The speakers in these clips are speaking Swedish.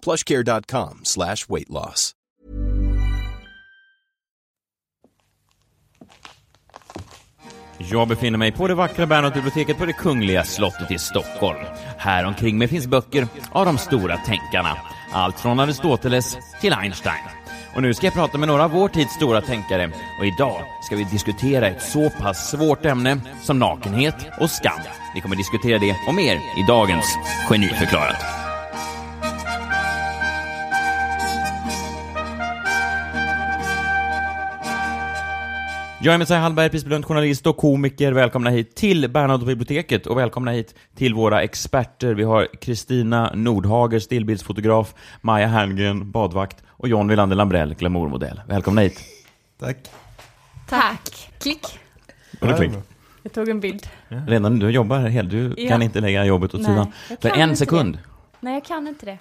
plushcare.com slash weight loss. Jag befinner mig på det vackra Bernhardt-biblioteket på det kungliga slottet i Stockholm. Här omkring mig finns böcker av de stora tänkarna. Allt från Aristoteles till Einstein. Och nu ska jag prata med några av vår tids stora tänkare och idag ska vi diskutera ett så pass svårt ämne som nakenhet och skam. Vi kommer diskutera det och mer i dagens Geniförklarat. Jag är Messiah Hallberg, prisbelönt journalist och komiker. Välkomna hit till Bernadottebiblioteket och välkomna hit till våra experter. Vi har Kristina Nordhager, stillbildsfotograf, Maja Herngren, badvakt och John Wilander Lambrell, glamourmodell. Välkomna hit. Tack. Tack. Klick. Och det är klink. Jag tog en bild. Redan du jobbar helt, du Ja. kan inte lägga jobbet åt Nej, sidan. jag För kan en inte sekund. Nej, jag kan inte det.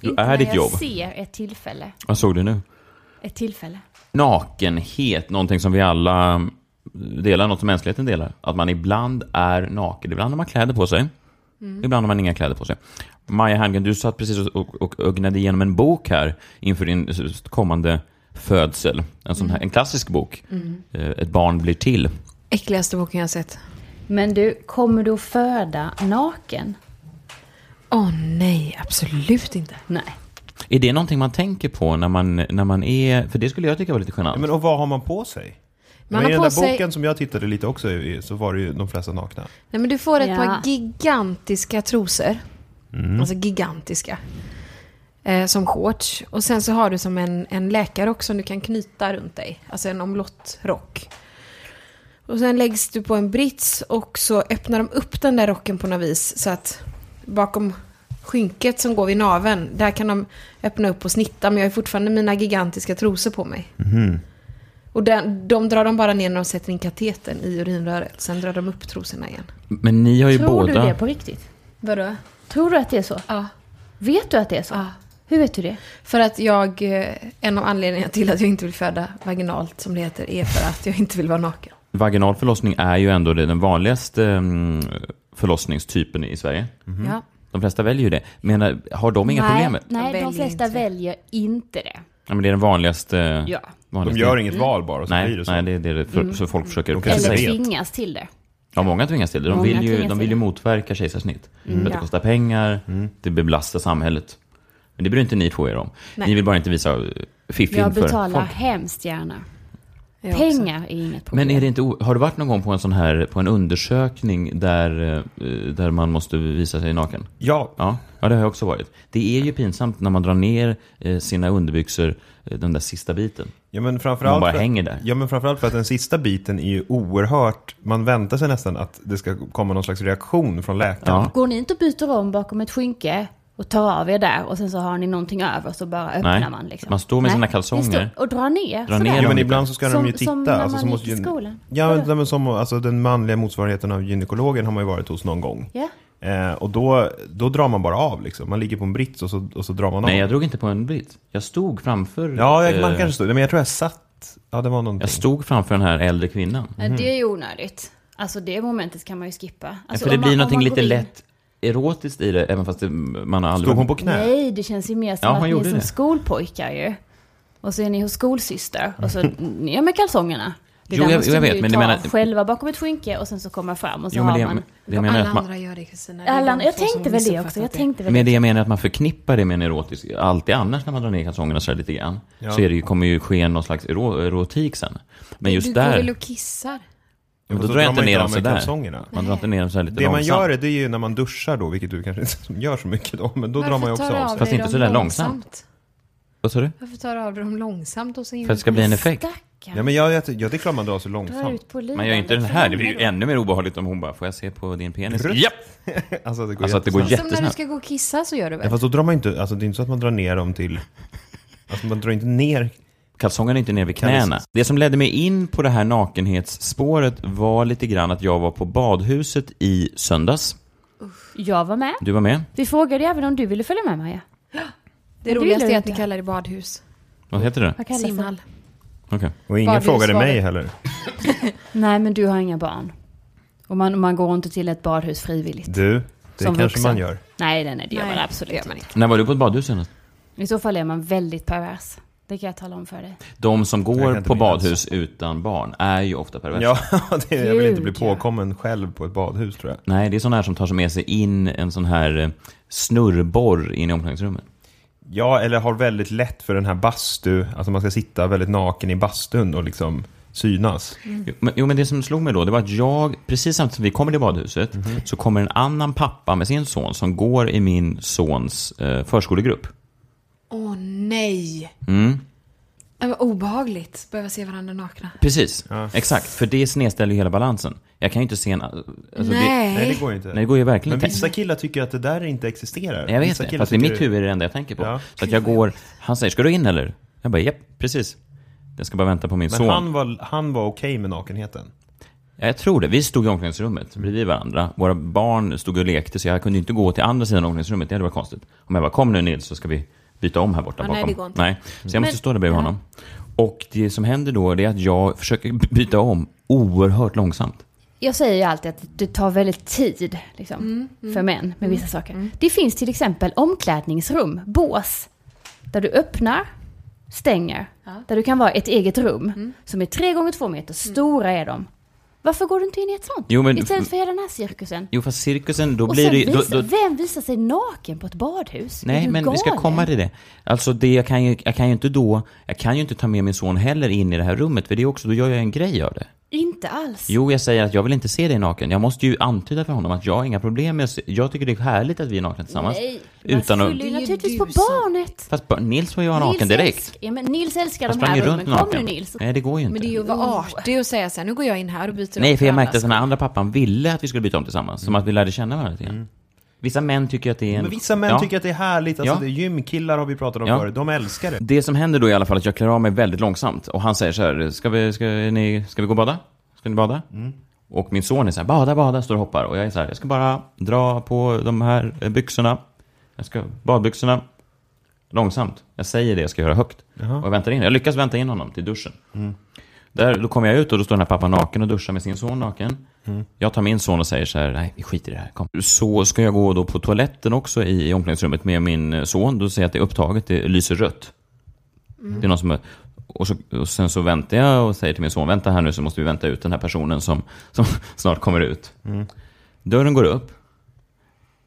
Du inte är när ditt jag jobb. ser ett tillfälle. Vad såg du nu? Ett tillfälle. Nakenhet, någonting som vi alla mm, delar, något som mänskligheten delar. Att man ibland är naken. Ibland har man kläder på sig. Mm. Ibland har man inga kläder på sig. Maja Herngren, du satt precis och, och, och gnällde igenom en bok här inför din kommande födsel. En, sån här, Mm. en klassisk bok. Eh, Ett barn blir till. Äckligaste boken jag har sett. Men du, kommer du att föda naken? Åh nej, absolut inte. Nej. Är det någonting man tänker på när man, när man är... För det skulle jag tycka var lite genant. Men och vad har man på sig? Man men har I den på där sig... boken som jag tittade lite också i så var det ju de flesta nakna. Nej, men du får ett Ja. par gigantiska trosor. Alltså gigantiska. Eh, som shorts. Och sen så har du som en, en läkarrock som du kan knyta runt dig. Alltså en omlottrock. Och sen läggs du på en brits och så öppnar de upp den där rocken på något vis. Så att bakom skynket som går vid naven där kan de öppna upp och snitta. Men jag har fortfarande mina gigantiska trosor på mig. Och den, de drar de bara ner när de sätter in katetern i urinröret. Sen drar de upp trosorna igen. Men ni har ju Tror båda... du det på riktigt? Vadå? Tror du att det är så? Ja. Vet du att det är så? Ja. Hur vet du det? För att jag, eh, en av anledningarna till att jag inte vill föda vaginalt som det heter, är för att jag inte vill vara naken. Vaginal förlossning är ju ändå det- den vanligaste mm, förlossningstypen i Sverige. Ja. De flesta väljer ju det. Men eh, har de inga nej, problem? med- De Nej, de väljer flesta inte. väljer inte det. Ja, men det är den vanligaste... eh, Ja. Mm. De vanligaste. gör inget val bara och så blir Nej, det så. nej, det är det för, så folk försöker... De kanske Eller vet. tvingas till det. Ja, många tvingas till det. De Många vill ju, tvingas de till vill ju det. motverka kejsarsnitt. Mm. För att det Ja. kostar pengar, det belastar samhället. Men det bryr inte ni två er om. Nej. Ni vill bara inte visa eh, fiffin Jag för betalar folk. hemskt gärna. Jag också. Pengar är inget problem. Men är det inte, o- har du varit någon gång på en sån här, på en undersökning där, eh, där man måste visa sig naken? Ja, Ja, ja, det har jag också varit. Det är ju pinsamt när man drar ner eh, sina underbyxor eh, den där sista biten. ja, men framförallt De bara för, hänger där. Ja, men framförallt för att den sista biten är ju oerhört... Man väntar sig nästan att det ska komma någon slags reaktion från läkaren. Ja. Går ni inte och byter om bakom ett skynke och tar av er där och sen så har ni någonting över så bara öppnar Nej, man liksom? man står med Nej, sina ni kalsonger. står och drar ner. Drar sådär. ner Ja, dem. men ibland så ska Som- de ju som titta. Alltså, när man så gick måste i ju- skolan. Ja, Vadå? men som, alltså, den manliga motsvarigheten av gynekologen har man ju varit hos någon gång. Ja. Eh, och då, då drar man bara av liksom. Man ligger på en brits och så, och så drar man Nej, av. jag drog inte på en bit. Jag stod framför... Ja, jag, man eh, kanske stod. Nej, Men jag tror jag satt. Ja, det var någonting. Jag stod framför den här äldre kvinnan. Ja, Eh, Det är ju onödigt. Alltså det momentet kan man ju skippa. Alltså, för det om man- blir om någonting man lite går in- lätt erotiskt i det, även fast det, man har aldrig... Stod hon på knä? Nej, det känns ju mer som Ja, hon att ni är gjorde som det. skolpojkar ju. Och så är ni hos skolsyster och så ner med kalsongerna. Det Jo, där jag- måste jag ni vet, ju men ta jag menar- själva bakom ett skynke och sen så komma fram och så Jo, men har det, man... det jag menar är Alla att man... andra gör det Kristina. Det är Allan, de jag få som tänkte väl det missuppfattat också. Jag tänkte väl Men det. det jag menar är att man förknippar det med en erotisk... Alltid annars när man drar ner kalsongerna så här lite grann, så är det ju, kommer ju ske någon slags ero, erotik sen. Men just du går väl där, och kissar? men Och då så drar jag drar inte man ner inte dem av med sådär. kalsongerna. Man drar inte ner dem så här lite Det man långsamt. gör är, det är ju när man duschar då, vilket du kanske inte gör så mycket då, men då drar man ju också tar du av sig. Fast dig inte dem så där långsamt. Vad sa du? Varför tar du av dig dem långsamt och så in För att det ska bli en effekt. Stackarn. Ja, men jag, jag, ja, det är klart man drar sig Drar långsamt. ut på livet. Man gör ju inte den här, det blir ju ännu mer obehagligt om hon bara, får jag se på din penis? Rutt. Ja! Alltså att det går Alltså att det går jättesnabbt. Som när du jättesnabbt. ska gå och kissa så gör du Ja, väl? fast då drar man ju inte, alltså det är inte så att man drar ner dem till, alltså man drar inte ner. Kalsongerna är inte ner vid Kan vi knäna. ses? Det som ledde mig in på det här nakenhetsspåret var lite grann att jag var på badhuset i söndags. Jag var med. Du var med? Vi frågade ju även om du ville följa med Maja. Det det roligaste gillar är du att ni inte. kallar det badhus. Vad heter det? Vad kallas det? Simhall. Okej. Och ingen Bara du frågade svarar. mig heller. Nej, men du har inga barn. Och man, man går inte till ett badhus frivilligt. Du, Som det kanske vuxen. man gör. Nej, nej, nej, det gör Nej, man absolut det gör man inte. När var du på ett badhus senast? I så fall är man väldigt pervers. Det kan jag tala om för dig. De som går inte på minnas. badhus utan barn är ju ofta perversa. Ja, det, jag vill inte bli Gud, ja. påkommen själv på ett badhus tror jag. Nej, det är sådana här som tar sig med sig in en sån här eh, snurrborr in i omklädningsrummet. Ja, eller har väldigt lätt för den här bastu, alltså man ska sitta väldigt naken i bastun och liksom synas. Jo, men- Jo, men det som slog mig då, det var att jag, precis samtidigt som vi kommer till badhuset, Mhm. så kommer en annan pappa med sin son som går i min sons eh, förskolegrupp. Åh nej! Mm. Det var obehagligt. Behöva se varandra nakna. Precis, exakt. För det snedställer ju hela balansen. Jag kan ju inte se en... Alltså Det, nej. Nej, det går ju inte. nej, det går ju verkligen Men inte. vissa killar tycker att det där inte existerar. Jag vet vissa det, killar fast i mitt tycker- huvud är det enda jag tänker på. Ja. Så att jag går, han säger, ska du in eller? Jag bara, japp, precis. Jag ska bara vänta på min Men son. han var, han var okej med nakenheten. Ja, jag tror det. Vi stod i omklädningsrummet bredvid varandra. Våra barn stod och lekte, så jag kunde ju inte gå till andra sidan omklädningsrummet. Det hade varit konstigt. Om jag bara, kom nu Nils så ska vi byta om här borta Ja, nej, bakom. det går inte. Nej. Så jag måste stå där bredvid honom. Och det som händer då, det är att jag försöker by- byta om oerhört långsamt. Jag säger ju alltid att det tar väldigt tid liksom, Mm, för män med vissa saker. Det finns till exempel omklädningsrum, bås, där du öppnar, stänger, där du kan vara ett eget rum Mm. som är tre gånger två meter, stora är de. Varför går du inte in i ett sånt? Jo, men- Istället för hela den här cirkusen. Jo, fast cirkusen, då Och blir sen det ju- visar, då, då, vem visar sig naken på ett badhus? Är Nej, du men vi ska galen? komma till det. Alltså, det, jag, kan ju, jag kan ju inte då... Jag kan ju inte ta med min son heller in i det här rummet, för det är också, då gör jag en grej av det. Inte alls. Jo, jag säger att jag vill inte se dig naken. Jag måste ju antyda för honom att jag har inga problem med att se, Jag tycker det är härligt att vi är nakna tillsammans. Nej, utan man att, skyller ju Det är ju naturligtvis du på som- barnet. Fast bara- Nils var ju naken direkt. Älsk, ja, men Nils älskar Han de sprang ju här runt rummen. Kom nu naken. Nils. Nej, det går ju inte. Men det är ju att vara artig och säga så här, nu går jag in här och byter Nej, om för jag märkte varandras att den här andra pappan ville att vi skulle byta om tillsammans. Som att vi lärde känna varandra lite grann. Vissa män tycker att det är en... Mm. Men vissa män Ja. tycker att det är härligt, alltså Ja. det är gymkillar har vi pratat om Ja. förut, de älskar det. Det som händer då i alla fall är att jag klär av mig väldigt långsamt. Och han säger så här, ska vi, ska ni, ska vi gå och bada? Ska ni bada? Och min son är så här, bada, bada, står och hoppar. Och jag är så här, jag ska bara dra på de här eh, byxorna. Jag ska, badbyxorna. Långsamt. Jag säger det jag ska göra högt. Och jag väntar in, jag lyckas vänta in honom till duschen. Där, då kommer jag ut och då står den här pappan naken och duschar med sin son naken. Jag tar min son och säger så här, nej vi skiter i det här, kom. Så ska jag gå då på toaletten också i, i omklädningsrummet med min eh, son. Då ser jag att det är upptaget, det lyser rött. Det är någon som... Och, så, och sen så väntar jag och säger till min son, vänta här nu så måste vi vänta ut den här personen som, som snart kommer ut. Mm. Dörren går upp.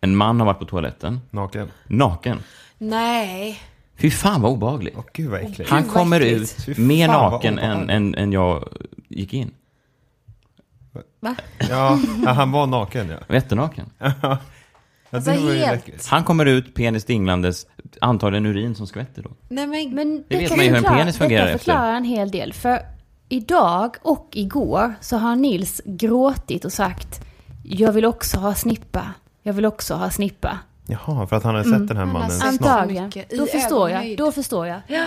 En man har varit på toaletten. Naken. Naken. Nej. Fy fan vad obehagligt. Åh gud vad äckligt. Han vad kommer äckligt. ut Fy mer fan, vad naken än, obehagligt. än, än jag gick in. Va? Ja, ja, han var naken ja. Jättenaken. ja Alltså, ju helt- läckert. Han kommer ut, penis dinglandes, antagligen urin som skvätter då. Nej men, Men Det det vet kan man ju hur en förklara, penis fungerar detta förklarar en hel del. För idag och igår så har Nils gråtit och sagt Jag vill också ha snippa. Jag vill också ha snippa. Jaha, för att han hade sett den här Mm. Han har mannen sett- snart. Antagligen. mycket i Då förstår jag. ögonhöjd. Då förstår jag. Men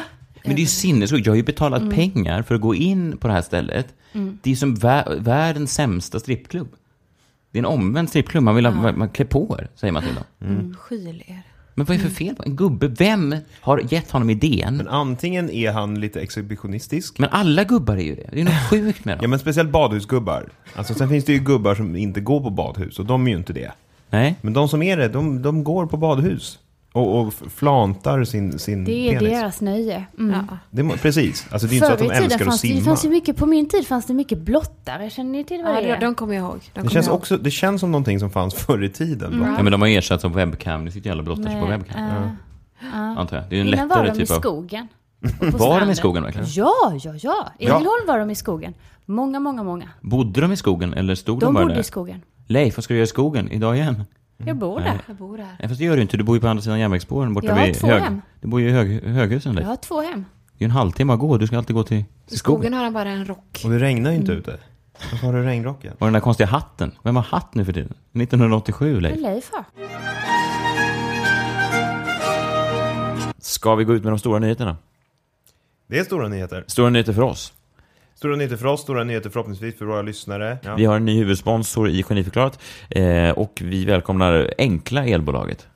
det är ju sinnessjukt. Jag har ju betalat Mm. pengar för att gå in på det här stället. Det är ju som vä- världens sämsta strippklubb. Det är en omvänd strippklubb. Man vill ha, man, man klär på er, säger man till dem. Mm. Mm, Skyl er. Men vad är det för fel på en gubbe? Vem har gett honom Men idén? antingen är han lite exhibitionistisk. Men alla gubbar är ju det. Det är något sjukt med dem. Ja, men speciellt badhusgubbar. Alltså, sen finns det ju gubbar som inte går på badhus och de är ju inte det. Nej. Men de som är det, de, de går på badhus. Och, och flantar sin, sin Det är penis. deras nöje. Mm. Det må, precis. Alltså, det är inte så att de älskar att fanns det, simma. det fanns ju mycket, på min tid fanns det mycket blottare. Känner ni till vad Ja, det de, är? de kommer jag ihåg. De Det kommer känns, jag ihåg. också, det känns som någonting som fanns förr i tiden. va? Ja, men de har ersatts av webcam. Det sitter ju alla blottare på Nej, webcam. Antar jag. Det är en Innan var lättare de i typ av... skogen. och på Var de i stranden. skogen verkligen? Ja, ja, ja. I Ängelholm var de i skogen. Många, många, många. Bodde de i skogen eller stod de, Mm. De bara bodde där? i skogen. Leif, vad ska du göra i skogen idag igen? Jag bor där. Jag bor här. Nej, fast det gör du inte. Du bor ju på andra sidan järnvägsspåren borta Jag har vid två hem. Du bor ju i hög, höghusen Jag Leif. har två hem. Det är ju en halvtimme att gå. Du ska alltid gå till, till I skogen. skogen har han bara en rock. Och det regnar ju inte Mm. ute. Varför har du regnrocken? Och den där konstiga hatten. Vem har hatt nu för tiden? 1987 Leif. Men Leif har. Ska vi gå ut med de stora nyheterna? Det är stora nyheter. Stora nyheter för oss. Stora nyheter för oss, stora nyheter förhoppningsvis för våra lyssnare. Ja. Vi har en ny huvudsponsor i Geniförklarat eh, och vi välkomnar Enkla elbolaget.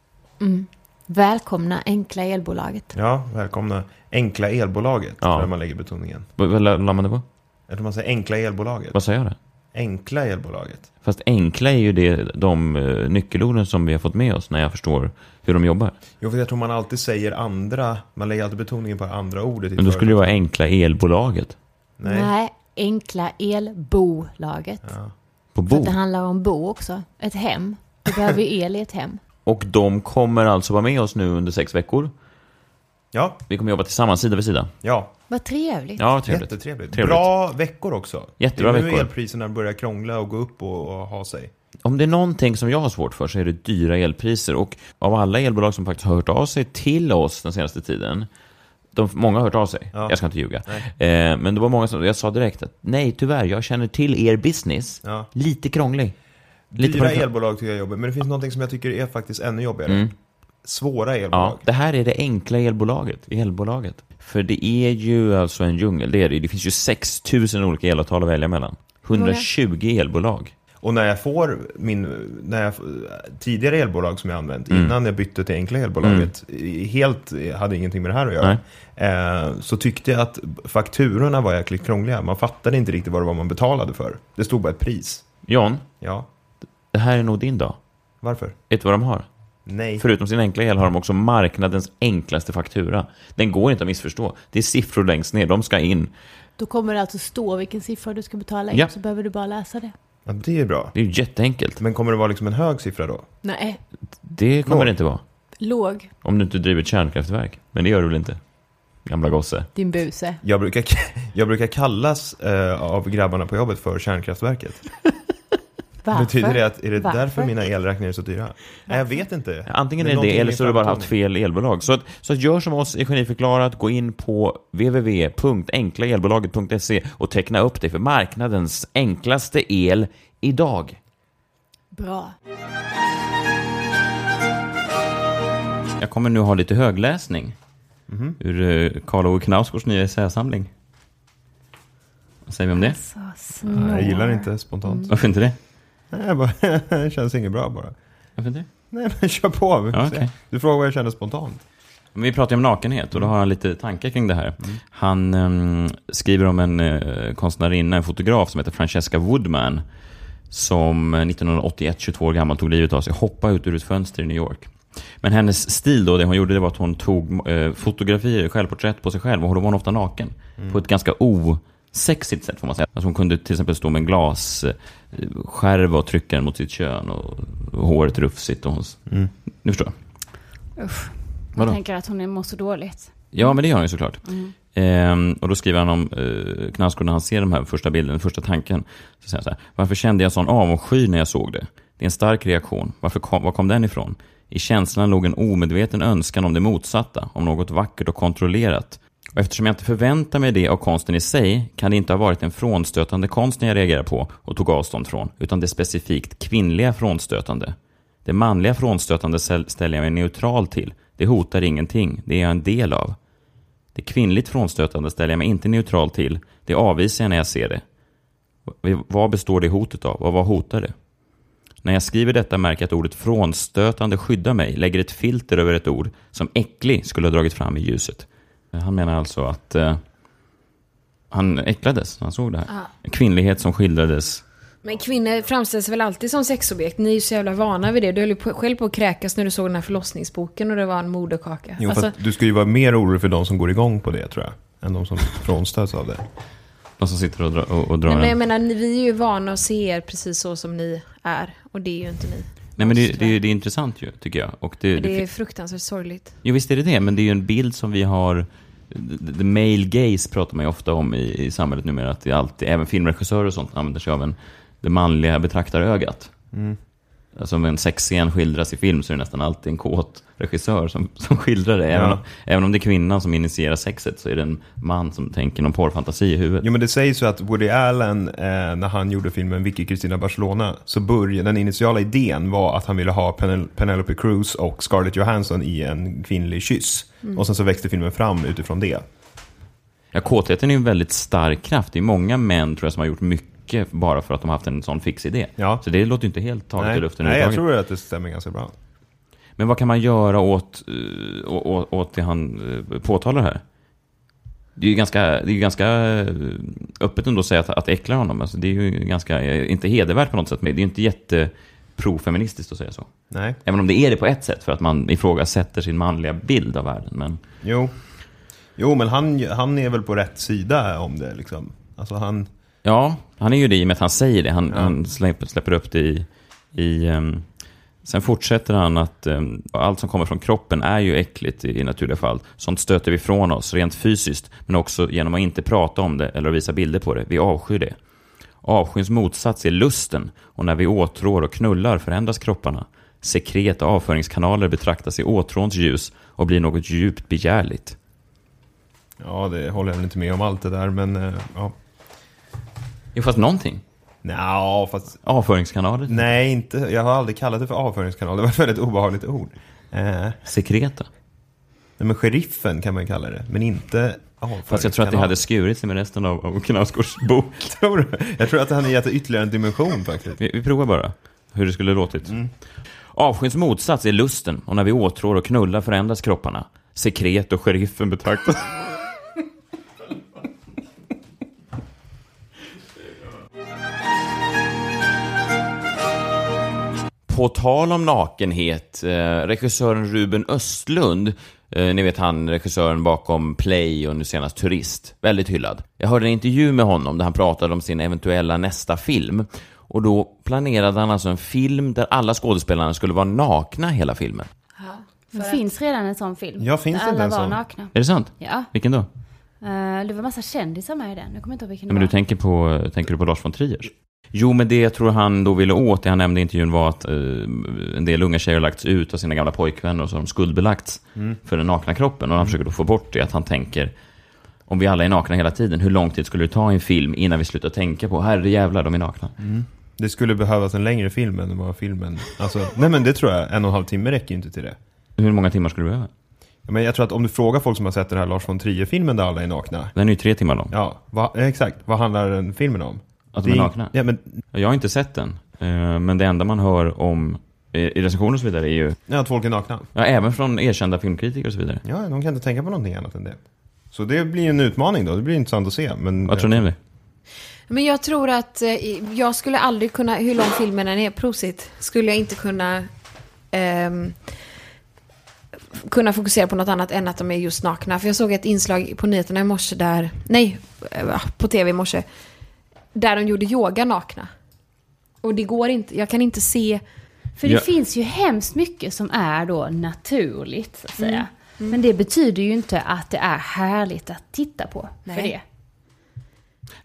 Välkomna Enkla Elbolaget. ja, välkomna. Enkla elbolaget, Ja. tror jag man lägger betoningen. Vad vad la la man det på? Jag tror man säger enkla elbolaget. Vad sa jag där? Enkla elbolaget. Fast enkla är ju det, de eh, nyckelorden som vi har fått med oss när jag förstår hur de jobbar. Jo, för jag tror man alltid säger andra, man lägger alltid betoningen på det andra ordet. i Men då skulle det företaget. vara enkla elbolaget. Nej. Enkla elbolaget. På För bo. att det handlar om bo också. Ett hem. Du behöver ju el i ett hem. Och de kommer alltså vara med oss nu under sex veckor. Ja, Vi kommer jobba tillsammans sida vid sida. ja. Vad trevligt. Ja, trevligt. Jättetrevligt. Trevligt. Bra veckor också. Jättebra det är nu veckor. elpriserna börjar krångla och gå upp och, och ha sig. Om det är någonting som jag har svårt för så är det dyra elpriser. Och av alla elbolag som faktiskt har hört av sig till oss den senaste tiden, de, många har hört av sig, Ja. jag ska inte ljuga. Eh, men det var många som, jag sa direkt att nej tyvärr, jag känner till er business, Ja. lite krånglig. Lite Dyra på den- elbolag tycker jag är jobbigt, men det finns någonting som jag tycker är faktiskt ännu jobbigare. Svåra elbolag. Mm. Ja, det här är det enkla elbolaget, elbolaget. För det är ju alltså en djungel, det är det. Det finns ju 6000 olika elavtal att välja mellan. 120 elbolag. Och när jag får min, när jag, tidigare elbolag som jag använt, Mm. innan jag bytte till enkla elbolaget, i- helt hade ingenting med det här att göra. Eh, så tyckte jag att fakturorna var jäkligt krångliga. Man fattade inte riktigt vad det var man betalade för. Det stod bara ett pris. Jon, Ja, det här är nog din dag. varför? Vet du vad de har? Nej. Förutom sin enkla el har de också marknadens enklaste faktura. Den går inte att missförstå. Det är siffror längst ner, de ska in. Då kommer det alltså stå vilken siffra du ska betala in, Ja. så behöver du bara läsa det. Ja, det är bra. Det är ju jätteenkelt. Men kommer det vara liksom en hög siffra då? Nej, Det kommer det inte vara. låg, Om du inte driver ett kärnkraftverk. Men det gör du väl inte? Gamla gosse. din buse. Jag brukar, jag brukar kallas eh, av grabbarna på jobbet för kärnkraftverket. Varför? Betyder det att, är det Varför? därför mina elräkningar är så dyra? Nej, jag vet inte. Antingen Men är det någonting det, eller med så har du bara haft framtoning. fel elbolag. Så, att, så att gör som oss i Geniförklarat, gå in på www.enklaelbolaget.se och teckna upp dig för marknadens enklaste el idag. Bra. Jag kommer nu ha lite högläsning Mhm. ur Karl Ove Knausgårds nya essäsamling. Vad säger vi om det? Så Nej, snål. Jag gillar inte spontant. Mm. Varför inte det? Nej, jag bara, det känns inget bra bara. Varför inte det? Nej, men kör på. Vi får Ja, se. okej. Du frågar vad jag känner spontant. Men vi pratar ju om nakenhet och då har han lite tankar kring det här. Han ehm, skriver om en eh, konstnärinna, en fotograf som heter Francesca Woodman som eh, 1981, 22 år gammal, tog livet av sig, hoppade ut ur ett fönster i New York. Men hennes stil då, det hon gjorde, det var att hon tog eh, fotografier, självporträtt på sig själv och då var hon ofta naken. På ett ganska osexigt sätt får man säga. Alltså hon kunde till exempel stå med en glasskärva och trycka den mot sitt kön och och håret rufsigt och hon... Nu förstår jag. Usch. Jag Vadå? tänker att hon mår så dåligt. Ja, men det gör han ju såklart. Ehm, och då skriver han om eh, Knausgård när han ser de här första bilden, första tanken. Så säger han så här, varför kände jag sån avundsky när jag såg det? Det är en stark reaktion. Varför kom, var kom den ifrån? I känslan låg en omedveten önskan om det motsatta, om något vackert och kontrollerat. Och eftersom jag inte förväntar mig det av konsten i sig kan det inte ha varit en frånstötande konsten jag reagerar på och tog avstånd från, utan det specifikt kvinnliga frånstötande. Det manliga frånstötande ställ- ställer jag mig neutral till. Det hotar ingenting, det är jag en del av. Det kvinnligt frånstötande ställer jag mig inte neutral till. Det avvisar jag när jag ser det. V- Vad består det hotet av? Och vad hotar det? När jag skriver detta märker jag att ordet frånstötande skyddar mig, lägger ett filter över ett ord som äcklig skulle ha dragit fram i ljuset. Han menar alltså att eh, han äcklades när han såg det här. Kvinnlighet som skildrades. Men kvinnor framställs väl alltid som sexobjekt? Ni är ju så jävla vana vid det. Du höll ju på, själv på att kräkas när du såg den här förlossningsboken och det var en moderkaka. Jo, alltså, fast du ska ju vara mer orolig för de som går igång på det tror jag. Än de som frånstöts av det. De som sitter och, dra, och, och drar nej, men jag en. menar, ni- vi är ju vana att se er precis så som ni är. Och det är ju inte ni. Nej, men det, det, det är intressant ju, tycker jag. Och det, det, Det är fin- fruktansvärt sorgligt. jo, visst är det det, men det är ju en bild som vi har... The the male gaze pratar man ju ofta om i, i samhället numera, att det är alltid, även filmregissörer och sånt använder sig av en, det manliga betraktarögat. Mm. Alltså om en sexscen skildras i film så är det nästan alltid en kåt regissör som, som skildrar det. Även, Ja. om, även om det är kvinnan som initierar sexet så är det en man som tänker någon porrfantasi i huvudet. Jo men det sägs ju att Woody Allen, eh, när han gjorde filmen Vicky Kristina Barcelona, så började den initiala idén var att han ville ha Penel- Penelope Cruz och Scarlett Johansson i en kvinnlig kyss. Mm. Och sen så växte filmen fram utifrån det. Ja, kåtheten är ju en väldigt stark kraft. Det är många män tror jag som har gjort mycket bara för att de har haft en sån fix idé. Ja. Så det låter ju inte helt taget i Nej, luften nej jag överhuvudtaget. tror att det stämmer ganska bra. Men vad kan man göra åt, eh, å- å- åt det han eh, påtalar här? Det är ju ganska, det är ju ganska eh, öppet ändå att säga att, att det äcklar honom. Alltså det är ju ganska, eh, inte hedervärt på något sätt, men det är ju inte jätte profeministiskt att säga så. Nej. Även om det är det på ett sätt, för att man ifrågasätter sin manliga bild av världen. Men Jo, jo men han, han är väl på rätt sida om det liksom. Alltså han, Ja, han är ju det i och med att han säger det. Han, han släpper, släpper upp det i... i ehm, sen fortsätter han att ehm, allt som kommer från kroppen är ju äckligt i, i naturliga fall. Sånt stöter vi ifrån oss, rent fysiskt, men också genom att inte prata om det eller att visa bilder på det. Vi avskyr det. Avskyns motsats är lusten och när vi åtrår och knullar förändras kropparna. Sekreta avföringskanaler betraktas i åtråns ljus och blir något djupt begärligt. ja det håller jag väl inte med om allt det där men eh, ja. Jo, fast någonting. Nja, fast Avföringskanaler. nej inte. Jag har aldrig kallat det för avföringskanal. Det var ett väldigt obehagligt ord. Eh. Sekreta. Nej, men sheriffen kan man kalla det, men inte avföringskanal. Fast jag tror att det hade skurit sig med resten av, av Knausgårds bok. Tror du? Jag tror att han gett ytterligare en dimension faktiskt. Vi, vi provar bara hur det skulle låtit. Mm. Avskyns motsats är lusten och när vi åtrår och knullar förändras kropparna. Sekret och sheriffen betraktas... På tal om nakenhet, eh, regissören Ruben Östlund, eh, ni vet han regissören bakom Play och nu senast Turist, väldigt hyllad. Jag hörde en intervju med honom där han pratade om sin eventuella nästa film. Och då planerade han alltså en film där alla skådespelarna skulle vara nakna hela filmen. Det finns redan en sån film. Ja, finns Där det inte alla en var sån? nakna. Är det sant? Ja. Vilken då? Eh, det var massa kändisar med i den. Jag kommer inte ihåg vilken Nej, men du det var. tänker på, tänker du på Lars von Trier? Jo, men det jag tror han då ville åt, det han nämnde i intervjun var att eh, en del unga tjejer har lagts ut av sina gamla pojkvänner och så har de skuldbelagts för den nakna kroppen. Och han försöker då få bort det, att han tänker om vi alla är nakna hela tiden, hur lång tid skulle det ta i en film innan vi slutar tänka på herre jävlar, de är nakna. Det skulle behövas en längre film än vad filmen... Alltså, nej men det tror jag, en och en halv timme räcker ju inte till det. Hur många timmar skulle du behöva? Men jag tror att om du frågar folk som har sett den här Lars von Trier-filmen där alla är nakna. Den är ju tre timmar lång. Ja, vad- eh, exakt. Vad handlar den filmen om? Att Det de är in- nakna? Ja, men Jag har inte sett den, eh, men det enda man hör om eh, i recensioner och så vidare är ju, ja, att folk är nakna. ja, även från erkända filmkritiker och så vidare. Ja, de kan inte tänka på någonting annat än det. Så det blir en utmaning då, det blir intressant att se. Men, Vad tror ni om det? Men jag tror att eh, jag skulle aldrig kunna, hur lång filmen än är, prosit, skulle jag inte kunna ehm, kunna fokusera på något annat än att de är just nakna. För jag såg ett inslag på nyheterna i morse där, nej, eh, på tv i morse, där de gjorde yoga nakna. Och det går inte, jag kan inte se, För det Ja. finns ju hemskt mycket som är då naturligt, så att säga. Men det betyder ju inte att det är härligt att titta på. För Nej. det.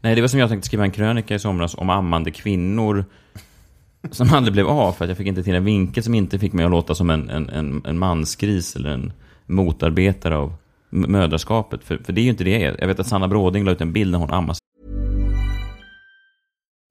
Nej, det var som jag tänkte skriva en krönika i somras om ammande kvinnor som aldrig blev av för att jag fick inte till en vinkel som inte fick mig att låta som en, en, en, en mansgris eller en motarbetare av m- mödraskapet. För, för det är ju inte det jag är. Jag vet att Sanna Bråding la ut en bild när hon ammas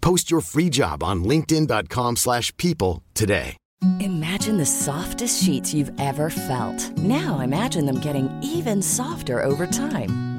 Post your free job on linkedin.com/people slash people today. Imagine the softest sheets you've ever felt. Now imagine them getting even softer over time.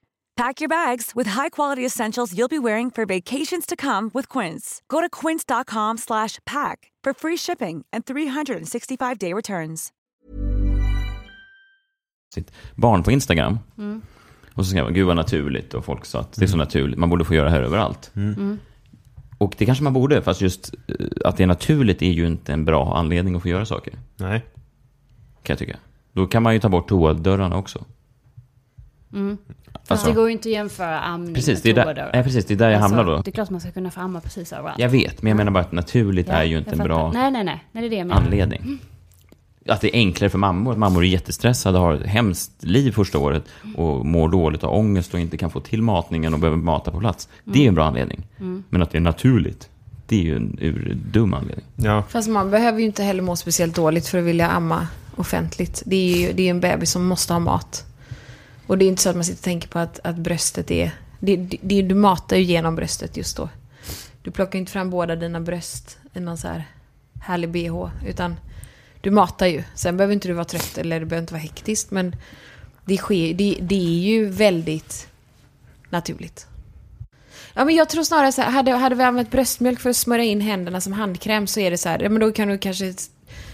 Pack your bags with high-quality essentials you'll be wearing for vacations to come with Quince. Go to quince.com slash pack for free shipping and 365-day returns. sitt barn på Instagram. Mm. Och så skrev man, gud vad naturligt. Och folk sa att det är så naturligt, man borde få göra det här överallt. Mm. Och det kanske man borde, fast just eh, att det är naturligt är ju inte en bra anledning att få göra saker. Nej. Kan jag tycka. Då kan man ju ta bort toadörrarna också. Mm. Fast Alltså- det går ju inte att jämföra amning Precis, det är där, toadörrar. nej, precis, det är där jag Alltså, hamnar då. Det är klart man ska kunna få amma precis överallt. Jag vet, men jag menar bara att naturligt Ja, är ju jag inte en fattar. bra Nej, nej, nej. nej det är det jag menar. Mm. anledning. Att det är enklare för mammor, att mammor är jättestressade, har ett hemskt liv första året och mår dåligt av ångest och inte kan få till matningen och behöver mata på plats. Det är en bra anledning. Mm. Men att det är naturligt, det är ju en urdum anledning. Ja. Fast man behöver ju inte heller må speciellt dåligt för att vilja amma offentligt. Det är ju det är ju en bebis som måste ha mat. Och det är inte så att man sitter och tänker på att, att bröstet är... Det, det, det, du matar ju genom bröstet just då. Du plockar ju inte fram båda dina bröst i någon så här härlig bh. Utan du matar ju. Sen behöver inte du vara trött eller det behöver inte vara hektiskt. Men det, sker, det, det är ju väldigt naturligt. Ja, men jag tror snarare så här, hade, hade vi använt bröstmjölk för att smörja in händerna som handkräm så är det så här, ja, men då kan du kanske s-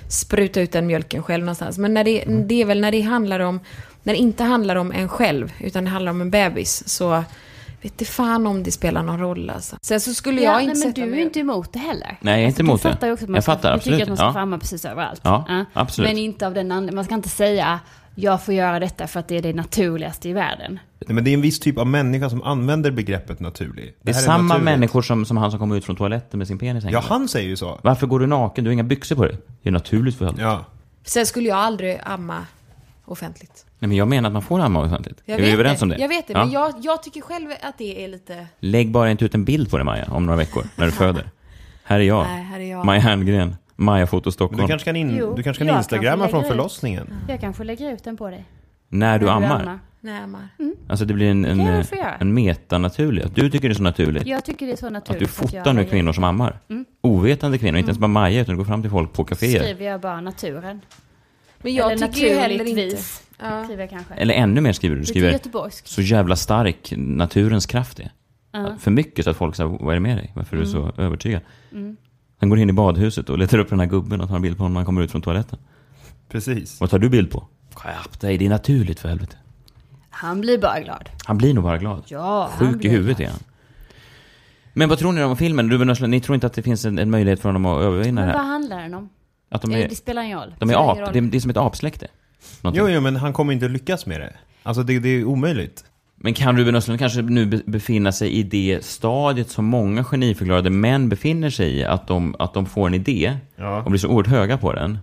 spruta ut den mjölken själv någonstans. Men när det, Mm. det är väl när det handlar om, när det inte handlar om en själv, utan det handlar om en bebis, så vet det fan om det spelar någon roll alltså. Sen så skulle jag ja, inte nej, men du sätta är mig ju inte emot det heller. Alltså, Nej, jag är inte du emot det. fattar ju också att man Jag ska, fattar, du tycker att absolut. man ska Ja. få amma precis överallt. Ja, absolut. Men inte av den anledningen. Man ska inte säga jag får göra detta för att det är det naturligaste i världen. Nej, men det är en viss typ av människa som använder begreppet naturlig. Det är här samma naturligt. människor som, som han som kom ut från toaletten med sin penis Ja, hängande. han säger ju så. Varför går du naken? Du har inga byxor på dig. Det är naturligt för helvete. Ja. Sen skulle jag aldrig amma offentligt. Nej, men jag menar att man får amma offentligt. Jag är vi vet överens det. om det? Jag vet det, Ja. men jag, jag tycker själv att det är lite... Lägg bara inte ut en bild på det, Maja, om några veckor, när du föder. Här är jag. Nej, här är jag. Maja Herngren. Maja Foto Men Stockholm. Du kanske kan, in, Jo, du kanske jag kan kan instagramma lägga från ut. förlossningen. Jag kanske lägger ut den på dig. När du När ammar. Nej, Amar. Mm. Alltså det blir en, en, Det kan jag eh, få göra. en metanaturlig. Att du tycker det är så naturligt. Jag tycker det är så att naturligt. du fotar nu lägger- kvinnor som ammar. Mm. Ovetande kvinnor, inte ens bara Maja, utan du går fram till folk på kaféer. Skriver jag bara naturen. Men jag Eller tycker ju heller inte... naturligtvis. Ja. Skriver jag kanske. Eller ännu mer skriver du. Du Lite skriver göteborgsk. så jävla stark naturens kraft är. Ja. för mycket så att folk säger vad är det med dig? Varför är du Mm. så övertygad? Mm. Han går in i badhuset och letar upp den här gubben och tar en bild på honom när han kommer ut från toaletten. Precis. Vad tar du bild på? Skärp dig, det är naturligt för helvete. Han blir bara glad. Han blir nog bara glad. Ja, han Sjuk i blir huvudet är han. Men vad tror ni om filmen? Ruben Östlund, ni tror inte att det finns en, en möjlighet för honom att övervinna det Men vad här? handlar den om? Att de Eh, är, det spelar ingen roll. de är Spelar ingen ap, roll. det är, det är som ett apsläkte. Någonting. Jo, jo, men han kommer inte lyckas med det. Alltså det, det är omöjligt. Men kan Ruben Östlund kanske nu be- befinna sig i det stadiet som många geniförklarade män befinner sig i? Att de, att de får en idé Ja. och blir så oerhört höga på den.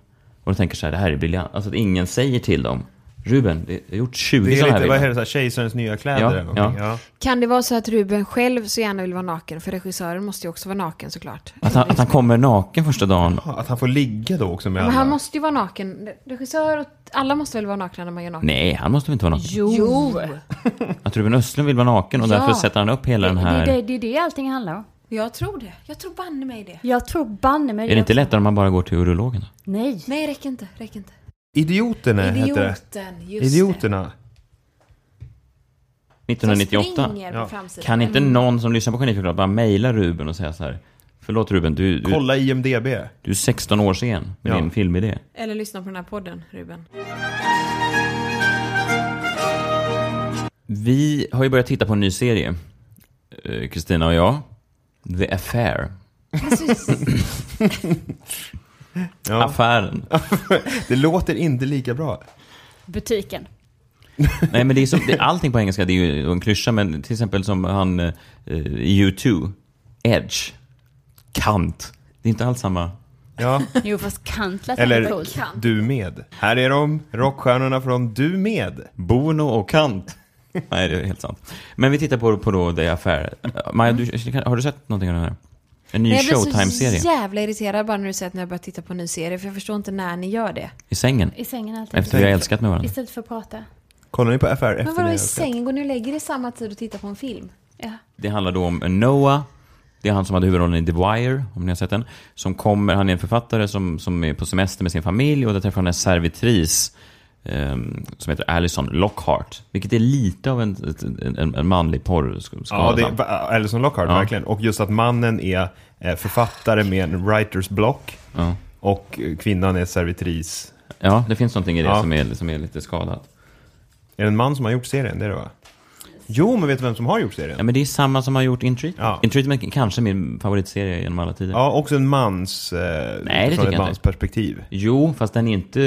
Och de tänker så här, det här är briljant. Alltså att ingen säger till dem. Ruben, det- jag har gjort 20 Det är sådana här lite, vad bilder." är det, så här, kejsarens nya kläder Ja, eller någonting? ja. Ja. Kan det vara så att Ruben själv så gärna vill vara naken? För regissören måste ju också vara naken såklart. Att han, att han kommer naken första dagen. Att han får ligga då också med Men han måste ju vara naken. Regissör och alla måste väl vara nakna när man gör naken? Nej, han måste väl inte vara naken? Jo! Att Ruben Östlund vill vara naken och Ja. därför sätter han upp hela den Det här... är det, det, är det allting handlar om. Jag tror det. Jag tror banne mig det. Jag tror banne mig Är det inte lättare om man bara går till urologen? Nej. Nej, räcker inte. Räcker inte. Idioterna heter det. Idioten, just Idioterna. Som 1998? springer på framsidan. Kan inte Mm. någon som lyssnar på Geniförklarat bara mejla Ruben och säga så här... Förlåt Ruben, du... du Kolla IMDB. Du är 16 år sen med Ja. din filmidé. Eller lyssna på den här podden, Ruben. Vi har ju börjat titta på en ny serie. eh, Kristina och jag. The Affair. Affären. det låter inte lika bra. Butiken. Nej men det är som, det, allting på engelska det är ju en klyscha men till exempel som han eh, i U2. Edge. Kant. Det är inte alls samma. Ja. Jo, fast kant lät lite Eller coolt. Du med. Här är de, rockstjärnorna från Du med. Bono och Kant. Nej, det är helt sant. Men vi tittar på, på då The Affair. Maja, du, har du sett någonting av den här? En ny Nej, jag blir Showtime-serie. så jävla irriterad bara när du säger att ni har börjat titta på en ny serie. För jag förstår inte när ni gör det. I sängen. I sängen alltid. Efter vi har älskat med varandra. Istället för att prata. Kollar ni på Affair efter Men vadå ni i har sett? sängen? Går ni och lägger er samma tid och tittar på en film? Ja. Det handlar då om Noah. Det är han som hade huvudrollen i The Wire, om ni har sett den. Som kommer, han är en författare som, som är på semester med sin familj och där träffar han en servitris ehm, som heter Alison Lockhart. Vilket är lite av en, en, en, en manlig Ja, det porrskada. är Alison Lockhart, Ja. verkligen. Och just att mannen är eh, författare med en writers block Ja. och eh, kvinnan är servitris. ja, det finns någonting i det Ja. som, är, som är lite skadat. Är det en man som har gjort serien? Det är det va? Jo, men vet du vem som har gjort serien? Ja, men det är samma som har gjort In Treatment. Ja. In Treatment är kanske min favoritserie genom alla tider. Ja, också en mans... Eh, Nej, det utifrån tycker ett jag mans inte. perspektiv. Jo, fast den är inte...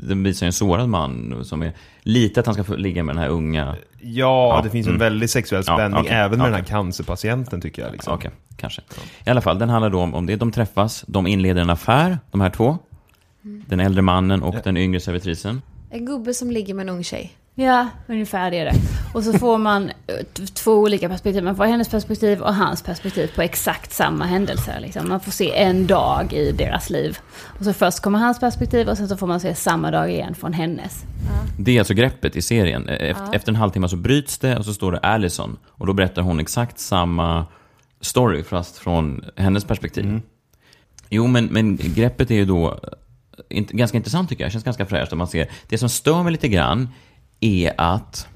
Den visar ju en sårad man som är... Lite att han ska få ligga med den här Ja, unga... Ja, det finns mm. en väldigt sexuell Ja, spänning okej, även med okej. den här cancerpatienten tycker jag. Liksom. Okej, kanske. I alla fall, den handlar då om, om det. De träffas, de inleder en affär, de här två. Mm. Den äldre mannen och den yngre servitrisen. En gubbe som ligger med en ung tjej. Ja, ungefär det är det. Och så får man eh, t- två olika perspektiv. Man får hennes perspektiv och hans perspektiv på exakt samma händelse. Liksom. Man får se en dag i deras liv. Och så först kommer hans perspektiv och sen så får man se samma dag igen från hennes. Det är alltså greppet i serien. Eh, Efter, Ja. efter en halvtimme så bryts det och så står det Allison. Och då berättar hon exakt samma story, fast från hennes perspektiv. Jo, men, men greppet är ju då eh, int- ganska intressant tycker jag. Det känns ganska fräscht att man ser. Det som stör mig lite grann är att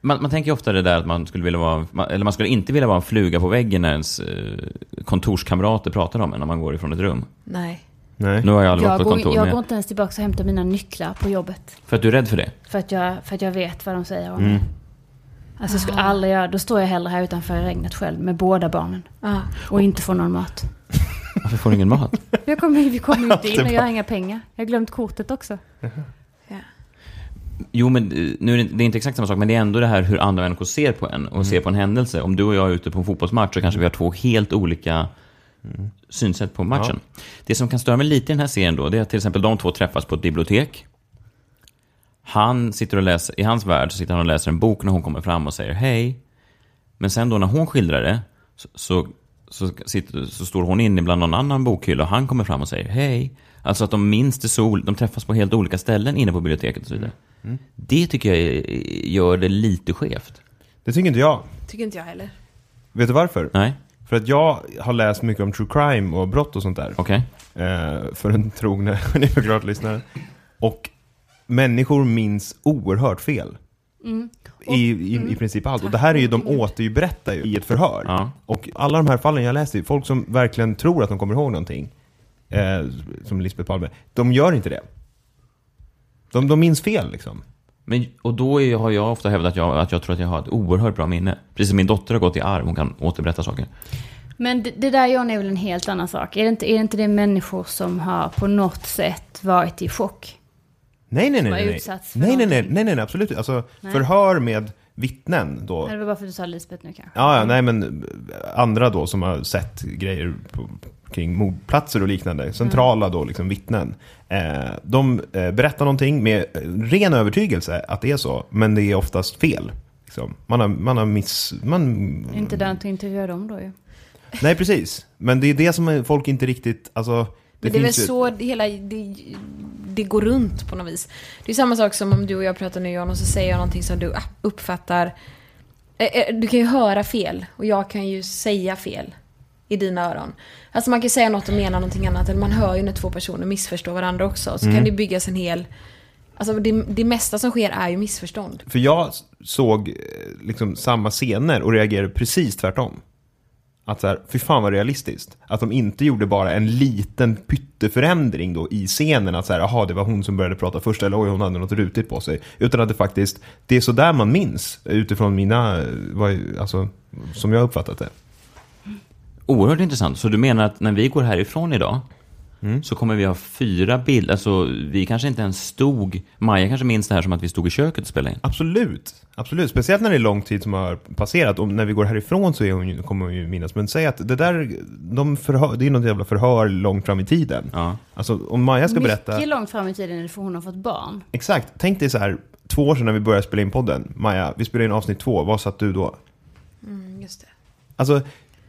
man, man tänker ju ofta det där att man skulle vilja vara, man, eller man skulle inte vilja vara en fluga på väggen när ens eh, kontorskamrater pratar om en när man går ifrån ett rum. Nej. Nej. Nu har jag aldrig Jag varit på ett går, kontor. jag men- går inte ens tillbaka och hämtar mina nycklar på jobbet. För att du är rädd för det? För att jag, för att jag vet vad de säger om Mm. mig. Alltså jag skulle aldrig göra, då står jag hellre här utanför i regnet själv med båda barnen. Ja. Och inte får någon mat. Varför får du ingen mat? Jag kommer, vi kommer inte in och Alltid jag bara- har inga pengar. Jag har glömt kortet också. Jo, men eh, nu är det, det är inte exakt samma sak, men det är ändå det här hur andra människor ser på en och ser på en händelse. Om du och jag är ute på en fotbollsmatch så kanske vi har två helt olika synsätt på matchen. Det som kan störa mig lite i den här serien då, det är att till exempel de två träffas på ett bibliotek. Han sitter och läser, i hans värld så sitter han och läser en bok när hon kommer fram och säger hej. Men sen då när hon skildrar det så, så, så, sitter, så står hon inne bland någon annan bokhylla och han kommer fram och säger hej. Alltså att de minns det så, ol- de träffas på helt olika ställen inne på biblioteket och så vidare. Mm. Det tycker jag eh, gör det lite skevt. Det tycker inte jag. Tycker inte jag heller. Vet du varför? Nej. För att jag har läst mycket om true crime och brott och sånt där. Okej. Eh, för den trogne, ni förklart lyssnare. Och människor minns oerhört fel. Mm. I, i, i princip allt. Och det här är ju, de återberättar ju i ett förhör. Och alla de här fallen jag läser, folk som verkligen tror att de kommer ihåg någonting, eh, som Lisbeth Palme, de gör inte det. De, de minns fel liksom. Men, och då är, har jag ofta hävdat att jag, att jag tror att jag har ett oerhört bra minne. Precis som min dotter har gått i arv, hon kan återberätta saker. Men det, det där John är väl en helt annan sak. Är det, inte, är det inte det människor som har på något sätt varit i chock? Nej, nej, nej. Som har Nej, utsatts för nej, nej, nej, nej, nej, nej absolut inte. Alltså, Nej. förhör med vittnen då. Nej, Det var bara för att du sa Lisbeth nu kanske. Ja, ja, nej men eh, andra då som har sett grejer på, kring mordplatser och liknande, centrala då liksom vittnen. Eh, de eh, berättar någonting med eh, ren övertygelse att det är så, men det är oftast fel. Liksom. Man har, man har miss... Man, Inte lönt att intervjua dem då ju. nej, precis. Men det är det som folk inte riktigt... Alltså, Men det, det är väl finns ju- så det hela det, det går runt på något vis. Det är samma sak som om du och jag pratar nu John och så säger jag någonting som du ah, uppfattar. Eh, eh, Du kan ju höra fel och jag kan ju säga fel i dina öron. Alltså man kan ju säga något och mena någonting annat. Eller man hör ju när två personer missförstår varandra också. Så Mm. kan det byggas en hel... Alltså det, det mesta som sker är ju missförstånd. För jag s- såg eh, liksom samma scener och reagerade precis tvärtom. Att så här, fy fan vad realistiskt. Att de inte gjorde bara en liten pytteförändring då i scenen. Att så här, jaha, det var hon som började prata först, eller oj, hon hade något rutigt på sig. Utan att det faktiskt, det är så där man minns utifrån mina, eh, vad, alltså, som jag har uppfattat det. Oerhört intressant. Så du menar att när vi går härifrån idag Mm. så kommer vi ha fyra bilder. Alltså, vi kanske inte ens stod... Maja kanske minns det här som att vi stod i köket och spelade in. Absolut, absolut. Speciellt när det är lång tid som har passerat. Och när vi går härifrån så är hon, ju- kommer hon ju minnas. Men säg att det där, de förhör, det är något jävla förhör långt fram i tiden. Alltså om Maja ska berätta. Mycket långt fram i tiden är det för hon har fått barn. Exakt, tänk dig så här, två år sedan när vi började spela in podden. Maja, vi spelade in avsnitt två, vad satt du då? Mm, just det. Alltså,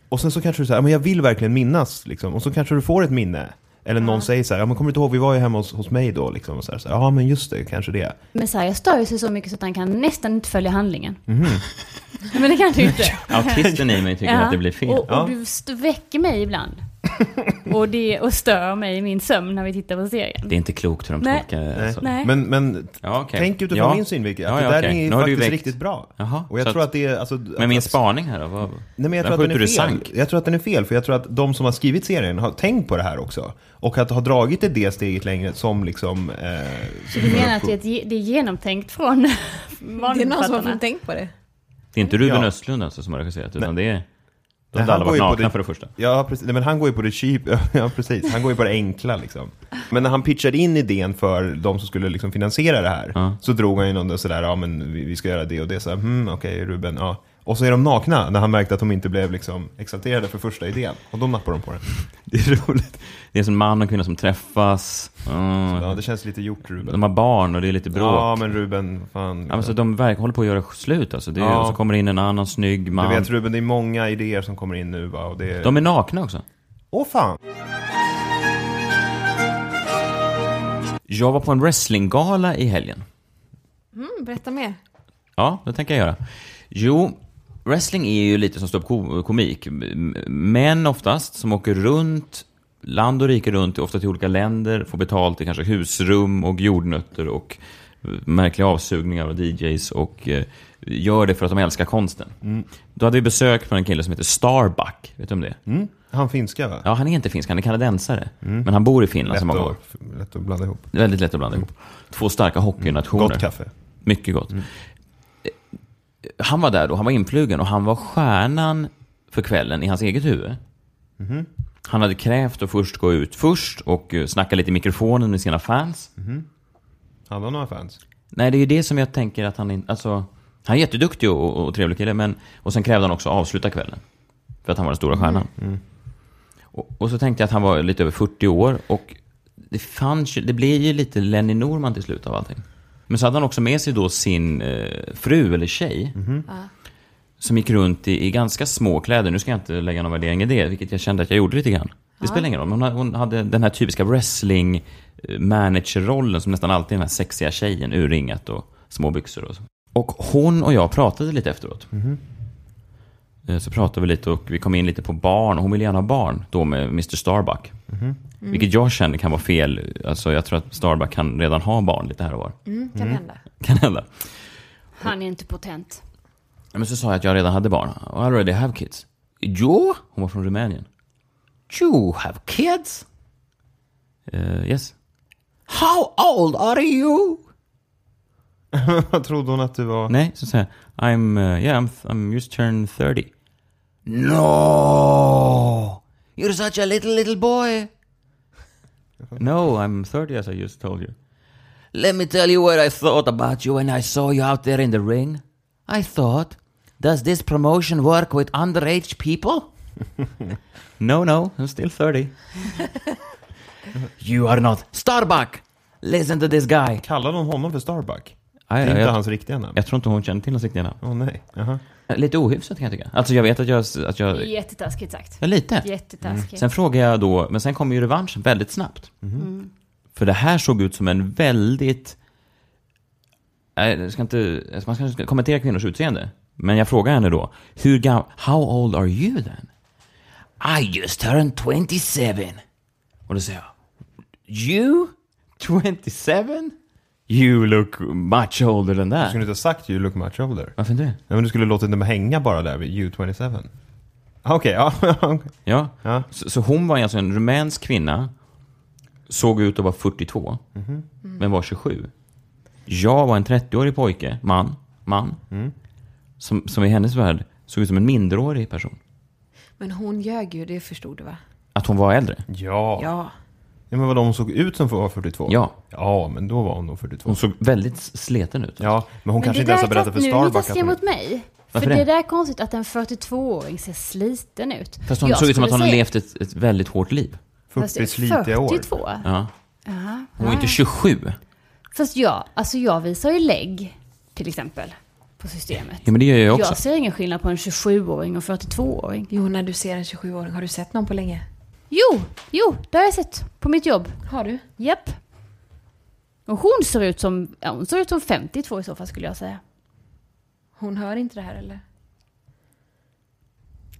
och sen så kanske du säger, men jag vill verkligen minnas. Liksom. Och så kanske du får ett minne. Eller någon säger så här, ja men kommer du inte ihåg, vi var ju hemma hos, hos mig då. Liksom. Och så här, så här, ja men just det, kanske det. Men så här, jag stör ju sig så mycket så att han kan nästan inte följa handlingen. Mhm. Men det kan du ju inte. Autisten i mig tycker Ja. att det blir fel. Och, och Ja. du st- väcker mig ibland. och, det, och stör mig i min sömn när vi tittar på serien. Det är inte klokt hur de Nej. tolkar det. Nej. alltså. Nej. Men, men Ja, okej. tänk utifrån Ja. min synvinkel, att Ja, ja, det där okej. är Nu har du faktiskt väckt- riktigt bra. Jaha, och jag så tror att det är... Alltså, Men min spaning här då? Vad... Nej, men jag Den tror, att den skjuter är du fel. sank. jag tror att den är fel, för jag tror att de som har skrivit serien har tänkt på det här också. Och att ha dragit det, det steget längre som liksom... Eh, Så du menar att det är, ett, ge- det är genomtänkt från Det är någon som manusförfattarna? har tänkt på det. Det är inte Ruben Ja. Östlund alltså som har regisserat, utan det är... De Nej, hade han alla går varit ju på nakna det- för det första. Ja, precis. Nej, men han går ju på det cheap. Ja, precis. Han går ju på det enkla liksom. Men när han pitchade in idén för de som skulle liksom finansiera det här så drog han ju någon där sådär, ja men vi, vi ska göra det och det. Så här, hmm, okej Ruben, ja. Och så är de nakna när han märkte att de inte blev liksom exalterade för första idén. Och då nappar de på den. Det är roligt. Det är som man och kvinna som träffas. Mm. Ja, det känns lite gjort Ruben. De har barn och det är lite bråk. Ja, men Ruben, fan. Ja, men så de verkar, håller på att göra slut alltså. Det är, Ja. Och så kommer det in en annan snygg man. Du vet Ruben, det är många idéer som kommer in nu va? Och det De är nakna också. Åh fan! Jag var på en wrestlinggala i helgen. Mm, berätta mer. Ja, det tänker jag göra. Jo, wrestling är ju lite som ståuppkomik. Män oftast som åker runt, land och rike runt, ofta till olika länder, får betalt i kanske husrum och jordnötter och eh, märkliga avsugningar och DJs och eh, gör det för att de älskar konsten. Mm. Då hade vi besök från en kille som heter Starbuck. Vet du om det är? Mm. Han finska va? Ja, han är inte finsk, han är kanadensare. Men han bor i Finland Mm. Lätt sedan många att- år. Lätt att blanda ihop. Det är Väldigt lätt att blanda ihop. Två starka hockeynationer. Gott kaffe. Mycket gott. Eh, Han var där då, han var influgen och han var stjärnan för kvällen i hans eget huvud. Mhm. Han hade krävt att först gå ut först och eh, snacka lite i mikrofonen med sina fans. Mhm. Hade han några fans? Nej, det är ju det som jag tänker att han inte... Alltså, han är jätteduktig och, och, och trevlig kille, men... Och sen krävde han också att avsluta kvällen. För att han var den stora stjärnan. Och, och så tänkte jag att han var lite över 40 år och det fanns ju, Det blev ju lite Lenny Norman till slut av allting. Men så hade han också med sig då sin eh, fru eller tjej. Som gick runt i, i ganska små kläder. Nu ska jag inte lägga någon värdering i det, vilket jag kände att jag gjorde lite grann. Det Ja. spelar ingen roll. Men hon, hon hade den här typiska wrestling eh, managerrollen som nästan alltid är den här sexiga tjejen, urringat och små byxor och så. Och hon och jag pratade lite efteråt. Mhm. Eh, Så pratade vi lite och vi kom in lite på barn. Och hon ville gärna ha barn, då med Mr Starbuck. Mhm. Mm. Vilket jag känner kan vara Mm. fel. Alltså jag tror att Starbuck kan redan ha barn lite här och var. Mm, kan hända. Kan hända. Han är inte potent. Men så sa jag att jag redan hade barn. I already have kids. Jo, hon var från Rumänien. You have kids? Eh, yes. How old are you? Vad trodde hon att du var? Nej, så säger jag. I'm, eh, yeah, I'm, I'm just turned 30. No! You're such a little, little boy. No, I'm 30 as I just told you. Let me tell you what I thought about you when I saw you out there in the ring. I thought, does this promotion work with underage people? No, no, I'm still 30. You are not. Starbuck! Listen to this guy. Kallade hon honom för Starbuck? Aj, det är inte jag- hans riktiga namn. Jag tror inte hon känner till hans riktiga namn. Åh nej. Jaha. Lite ohyfsat kan jag tycka. Alltså jag vet att jag... Att jag Jättetaskigt sagt. Ja, lite. Jättetaskigt. Mm. Sen frågar jag då, men sen kommer ju revanschen väldigt snabbt. Mm. För det här såg ut som en väldigt... Nej, Jag ska inte, man ska inte kommentera kvinnors utseende. Men jag frågar henne då, hur gammal... How old are you then? I just turned 27. Och då säger jag, you? 27? You look much older than that. Du skulle inte ha sagt you look much older. Varför inte det? Nej, men du skulle låtit dem hänga bara där vid U27. Ah, Okej, ja. Ja. Så, så hon var alltså en rumänsk kvinna, såg ut att vara 42, Mhm. men var 27. Jag var en 30-årig pojke, man, man, Mm. som, som i hennes värld såg ut som en minderårig person. Men hon ljög ju, det förstod du va? Att hon var äldre. Ja. Ja. ja men vadå, hon såg ut som var 42? Ja. Ja, men då var hon nog 42. Hon såg väldigt sleten ut. Ja, men hon kanske det inte ens har där berättat för satt nu lite Starbuck steg mot mig. Varför för det? det? där är konstigt att en 42-åring ser sliten ut. Fast hon Jag såg ut som att hon skulle har säga- levt ett, ett väldigt hårt liv. Fast 40 slitiga år. 42? Ja. Jaha. Hon var inte 27. Fast jag, alltså jag visar ju lägg, till exempel, på systemet. Ja, men det gör jag också. Jag ser ingen skillnad på en 27-åring och 42-åring. Jo, när du ser en 27-åring, har du sett någon på länge? Jo, jo, det har jag sett på mitt jobb. Har du? Japp. Och hon ser ut som, ja, hon ser ut som 52 i så fall skulle jag säga. Hon hör inte det här eller?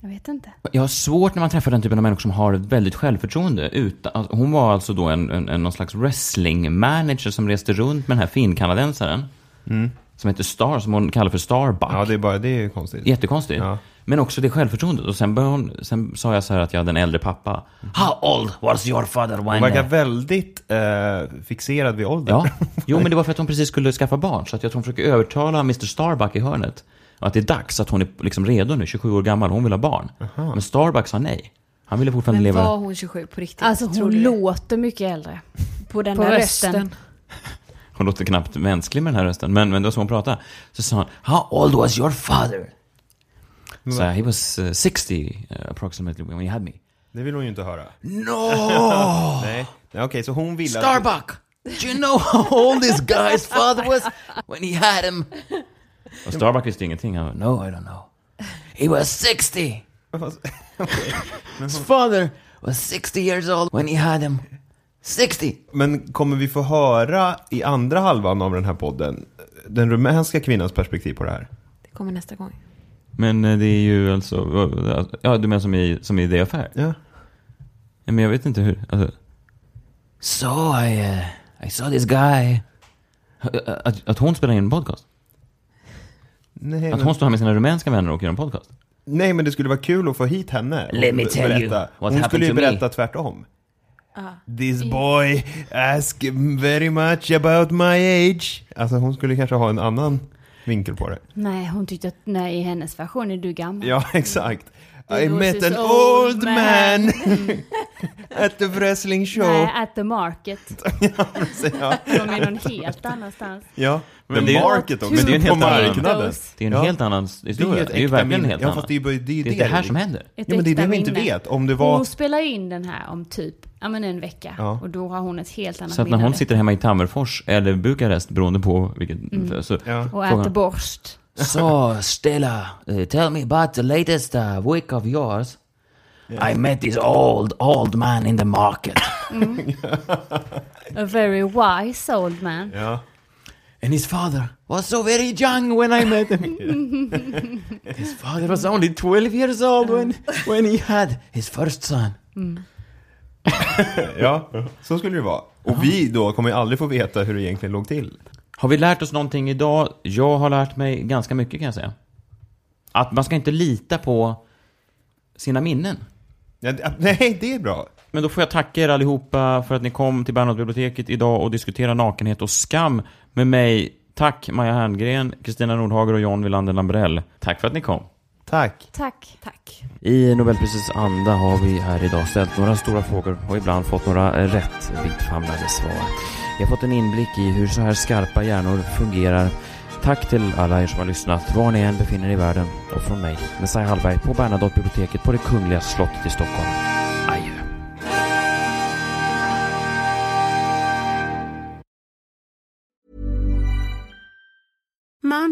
Jag vet inte. Jag har svårt när man träffar den typen av människor som har ett väldigt självförtroende. Utan, alltså, hon var alltså då en, en, en någon slags wrestling-manager som reste runt med den här finkanadensaren. Mm. Som heter Star, som hon kallar för Starbuck. Ja, det är, bara, det är ju konstigt. Jättekonstigt. Men också det självförtroendet. Och sen, började hon, sen sa jag så här att jag hade en äldre pappa. How old was your father Hon when... verkar väldigt eh, fixerad vid ålder. Ja. Jo, men det var för att hon precis skulle skaffa barn. Så att jag tror hon försöker övertala Mr Starbuck i hörnet. Att det är dags, att hon är liksom redo nu, 27 år gammal, hon vill ha barn. Men Starbuck sa nej. Han ville fortfarande Men leva... var hon 27 på riktigt? Alltså hon Tror du det? låter mycket äldre. På den På där rösten. rösten. Hon låter knappt mänsklig med den här rösten, men, men det var så hon pratade. Så sa hon, How old was your father? Så här, he was eh, 60 eh, approximately when he had me. Det vill hon ju inte höra. No! Nej, Nej, okej, så hon ville... Starbuck! Do you know how old this guy's father was when he had him? Och Starbuck visste ingenting. Han bara, no, I don't know. He was 60. His father was 60 years old when he had him. 60! Men kommer vi få höra i andra halvan av den här podden den rumänska kvinnans perspektiv på det här? Det kommer nästa gång. Men eh, det är ju alltså, ja du menar som i, som i The Affair? Ja. ja men jag vet inte hur, alltså, So I, uh, I saw this guy. att, att hon spelar in en podcast? Nej, Att men- hon står här med sina rumänska vänner och gör en podcast? Nej, men det skulle vara kul att få hit henne. och Let me be- tell you berätta. what Hon happened skulle ju to me. berätta tvärtom. This boy ask very much about my age. Alltså hon skulle kanske ha en annan vinkel på det. Nej, hon tyckte att nej, i hennes version är du gammal. Ja, exakt. I It was met this an old old man man. at the wrestling show. Nej, at the market. ja. De är någon helt annanstans. Ja, Men the det är- market också. men det är en på helt annan- marknaden. Det är en helt annan historia. ju Det är ju äkta verkligen en minne. helt ja, annan. Fast det, är ju bara- det, är Det är det här liksom. som händer. Ja, Ett men det är äkta det vi inte minne. vet. Om det var... Hon spelar ju in den här om typ ja, men en vecka. Ja. Och då har hon ett helt annat Så att när hon minne. sitter hemma i Tammerfors eller Bukarest, beroende på vilket... Mm. Så, Och frågar- äter borst. So, Oh, Stella, uh, tell me about the latest uh, week of yours. I met this old, old man in the market. A very wise old man. Ja. And his father was so very young when I met him. His father was only 12 years old when, when he had his first son. Ja, så skulle det vara. Och vi då kommer ju aldrig få veta hur det egentligen låg till. Har vi lärt oss någonting idag? Jag har lärt mig ganska mycket kan jag säga. Att man ska inte lita på sina minnen. Nej, det är bra. Men då får jag tacka er allihopa för att ni kom till Bernadottebiblioteket idag och diskuterade nakenhet och skam med mig. Tack Maja Herngren, Kristina Nordhager och John Wilander Lambrell. Tack för att ni kom. Tack. Tack. Tack. I Nobelprisets anda har vi här idag ställt några stora frågor och ibland fått några rätt vittfamlade svar. Jag har fått en inblick i hur så här skarpa hjärnor fungerar. Tack till alla er som har lyssnat, var ni än befinner er i världen och från mig, Messiah Hallberg på Bernadottebiblioteket på det Kungliga slottet i Stockholm. Adjö. Mom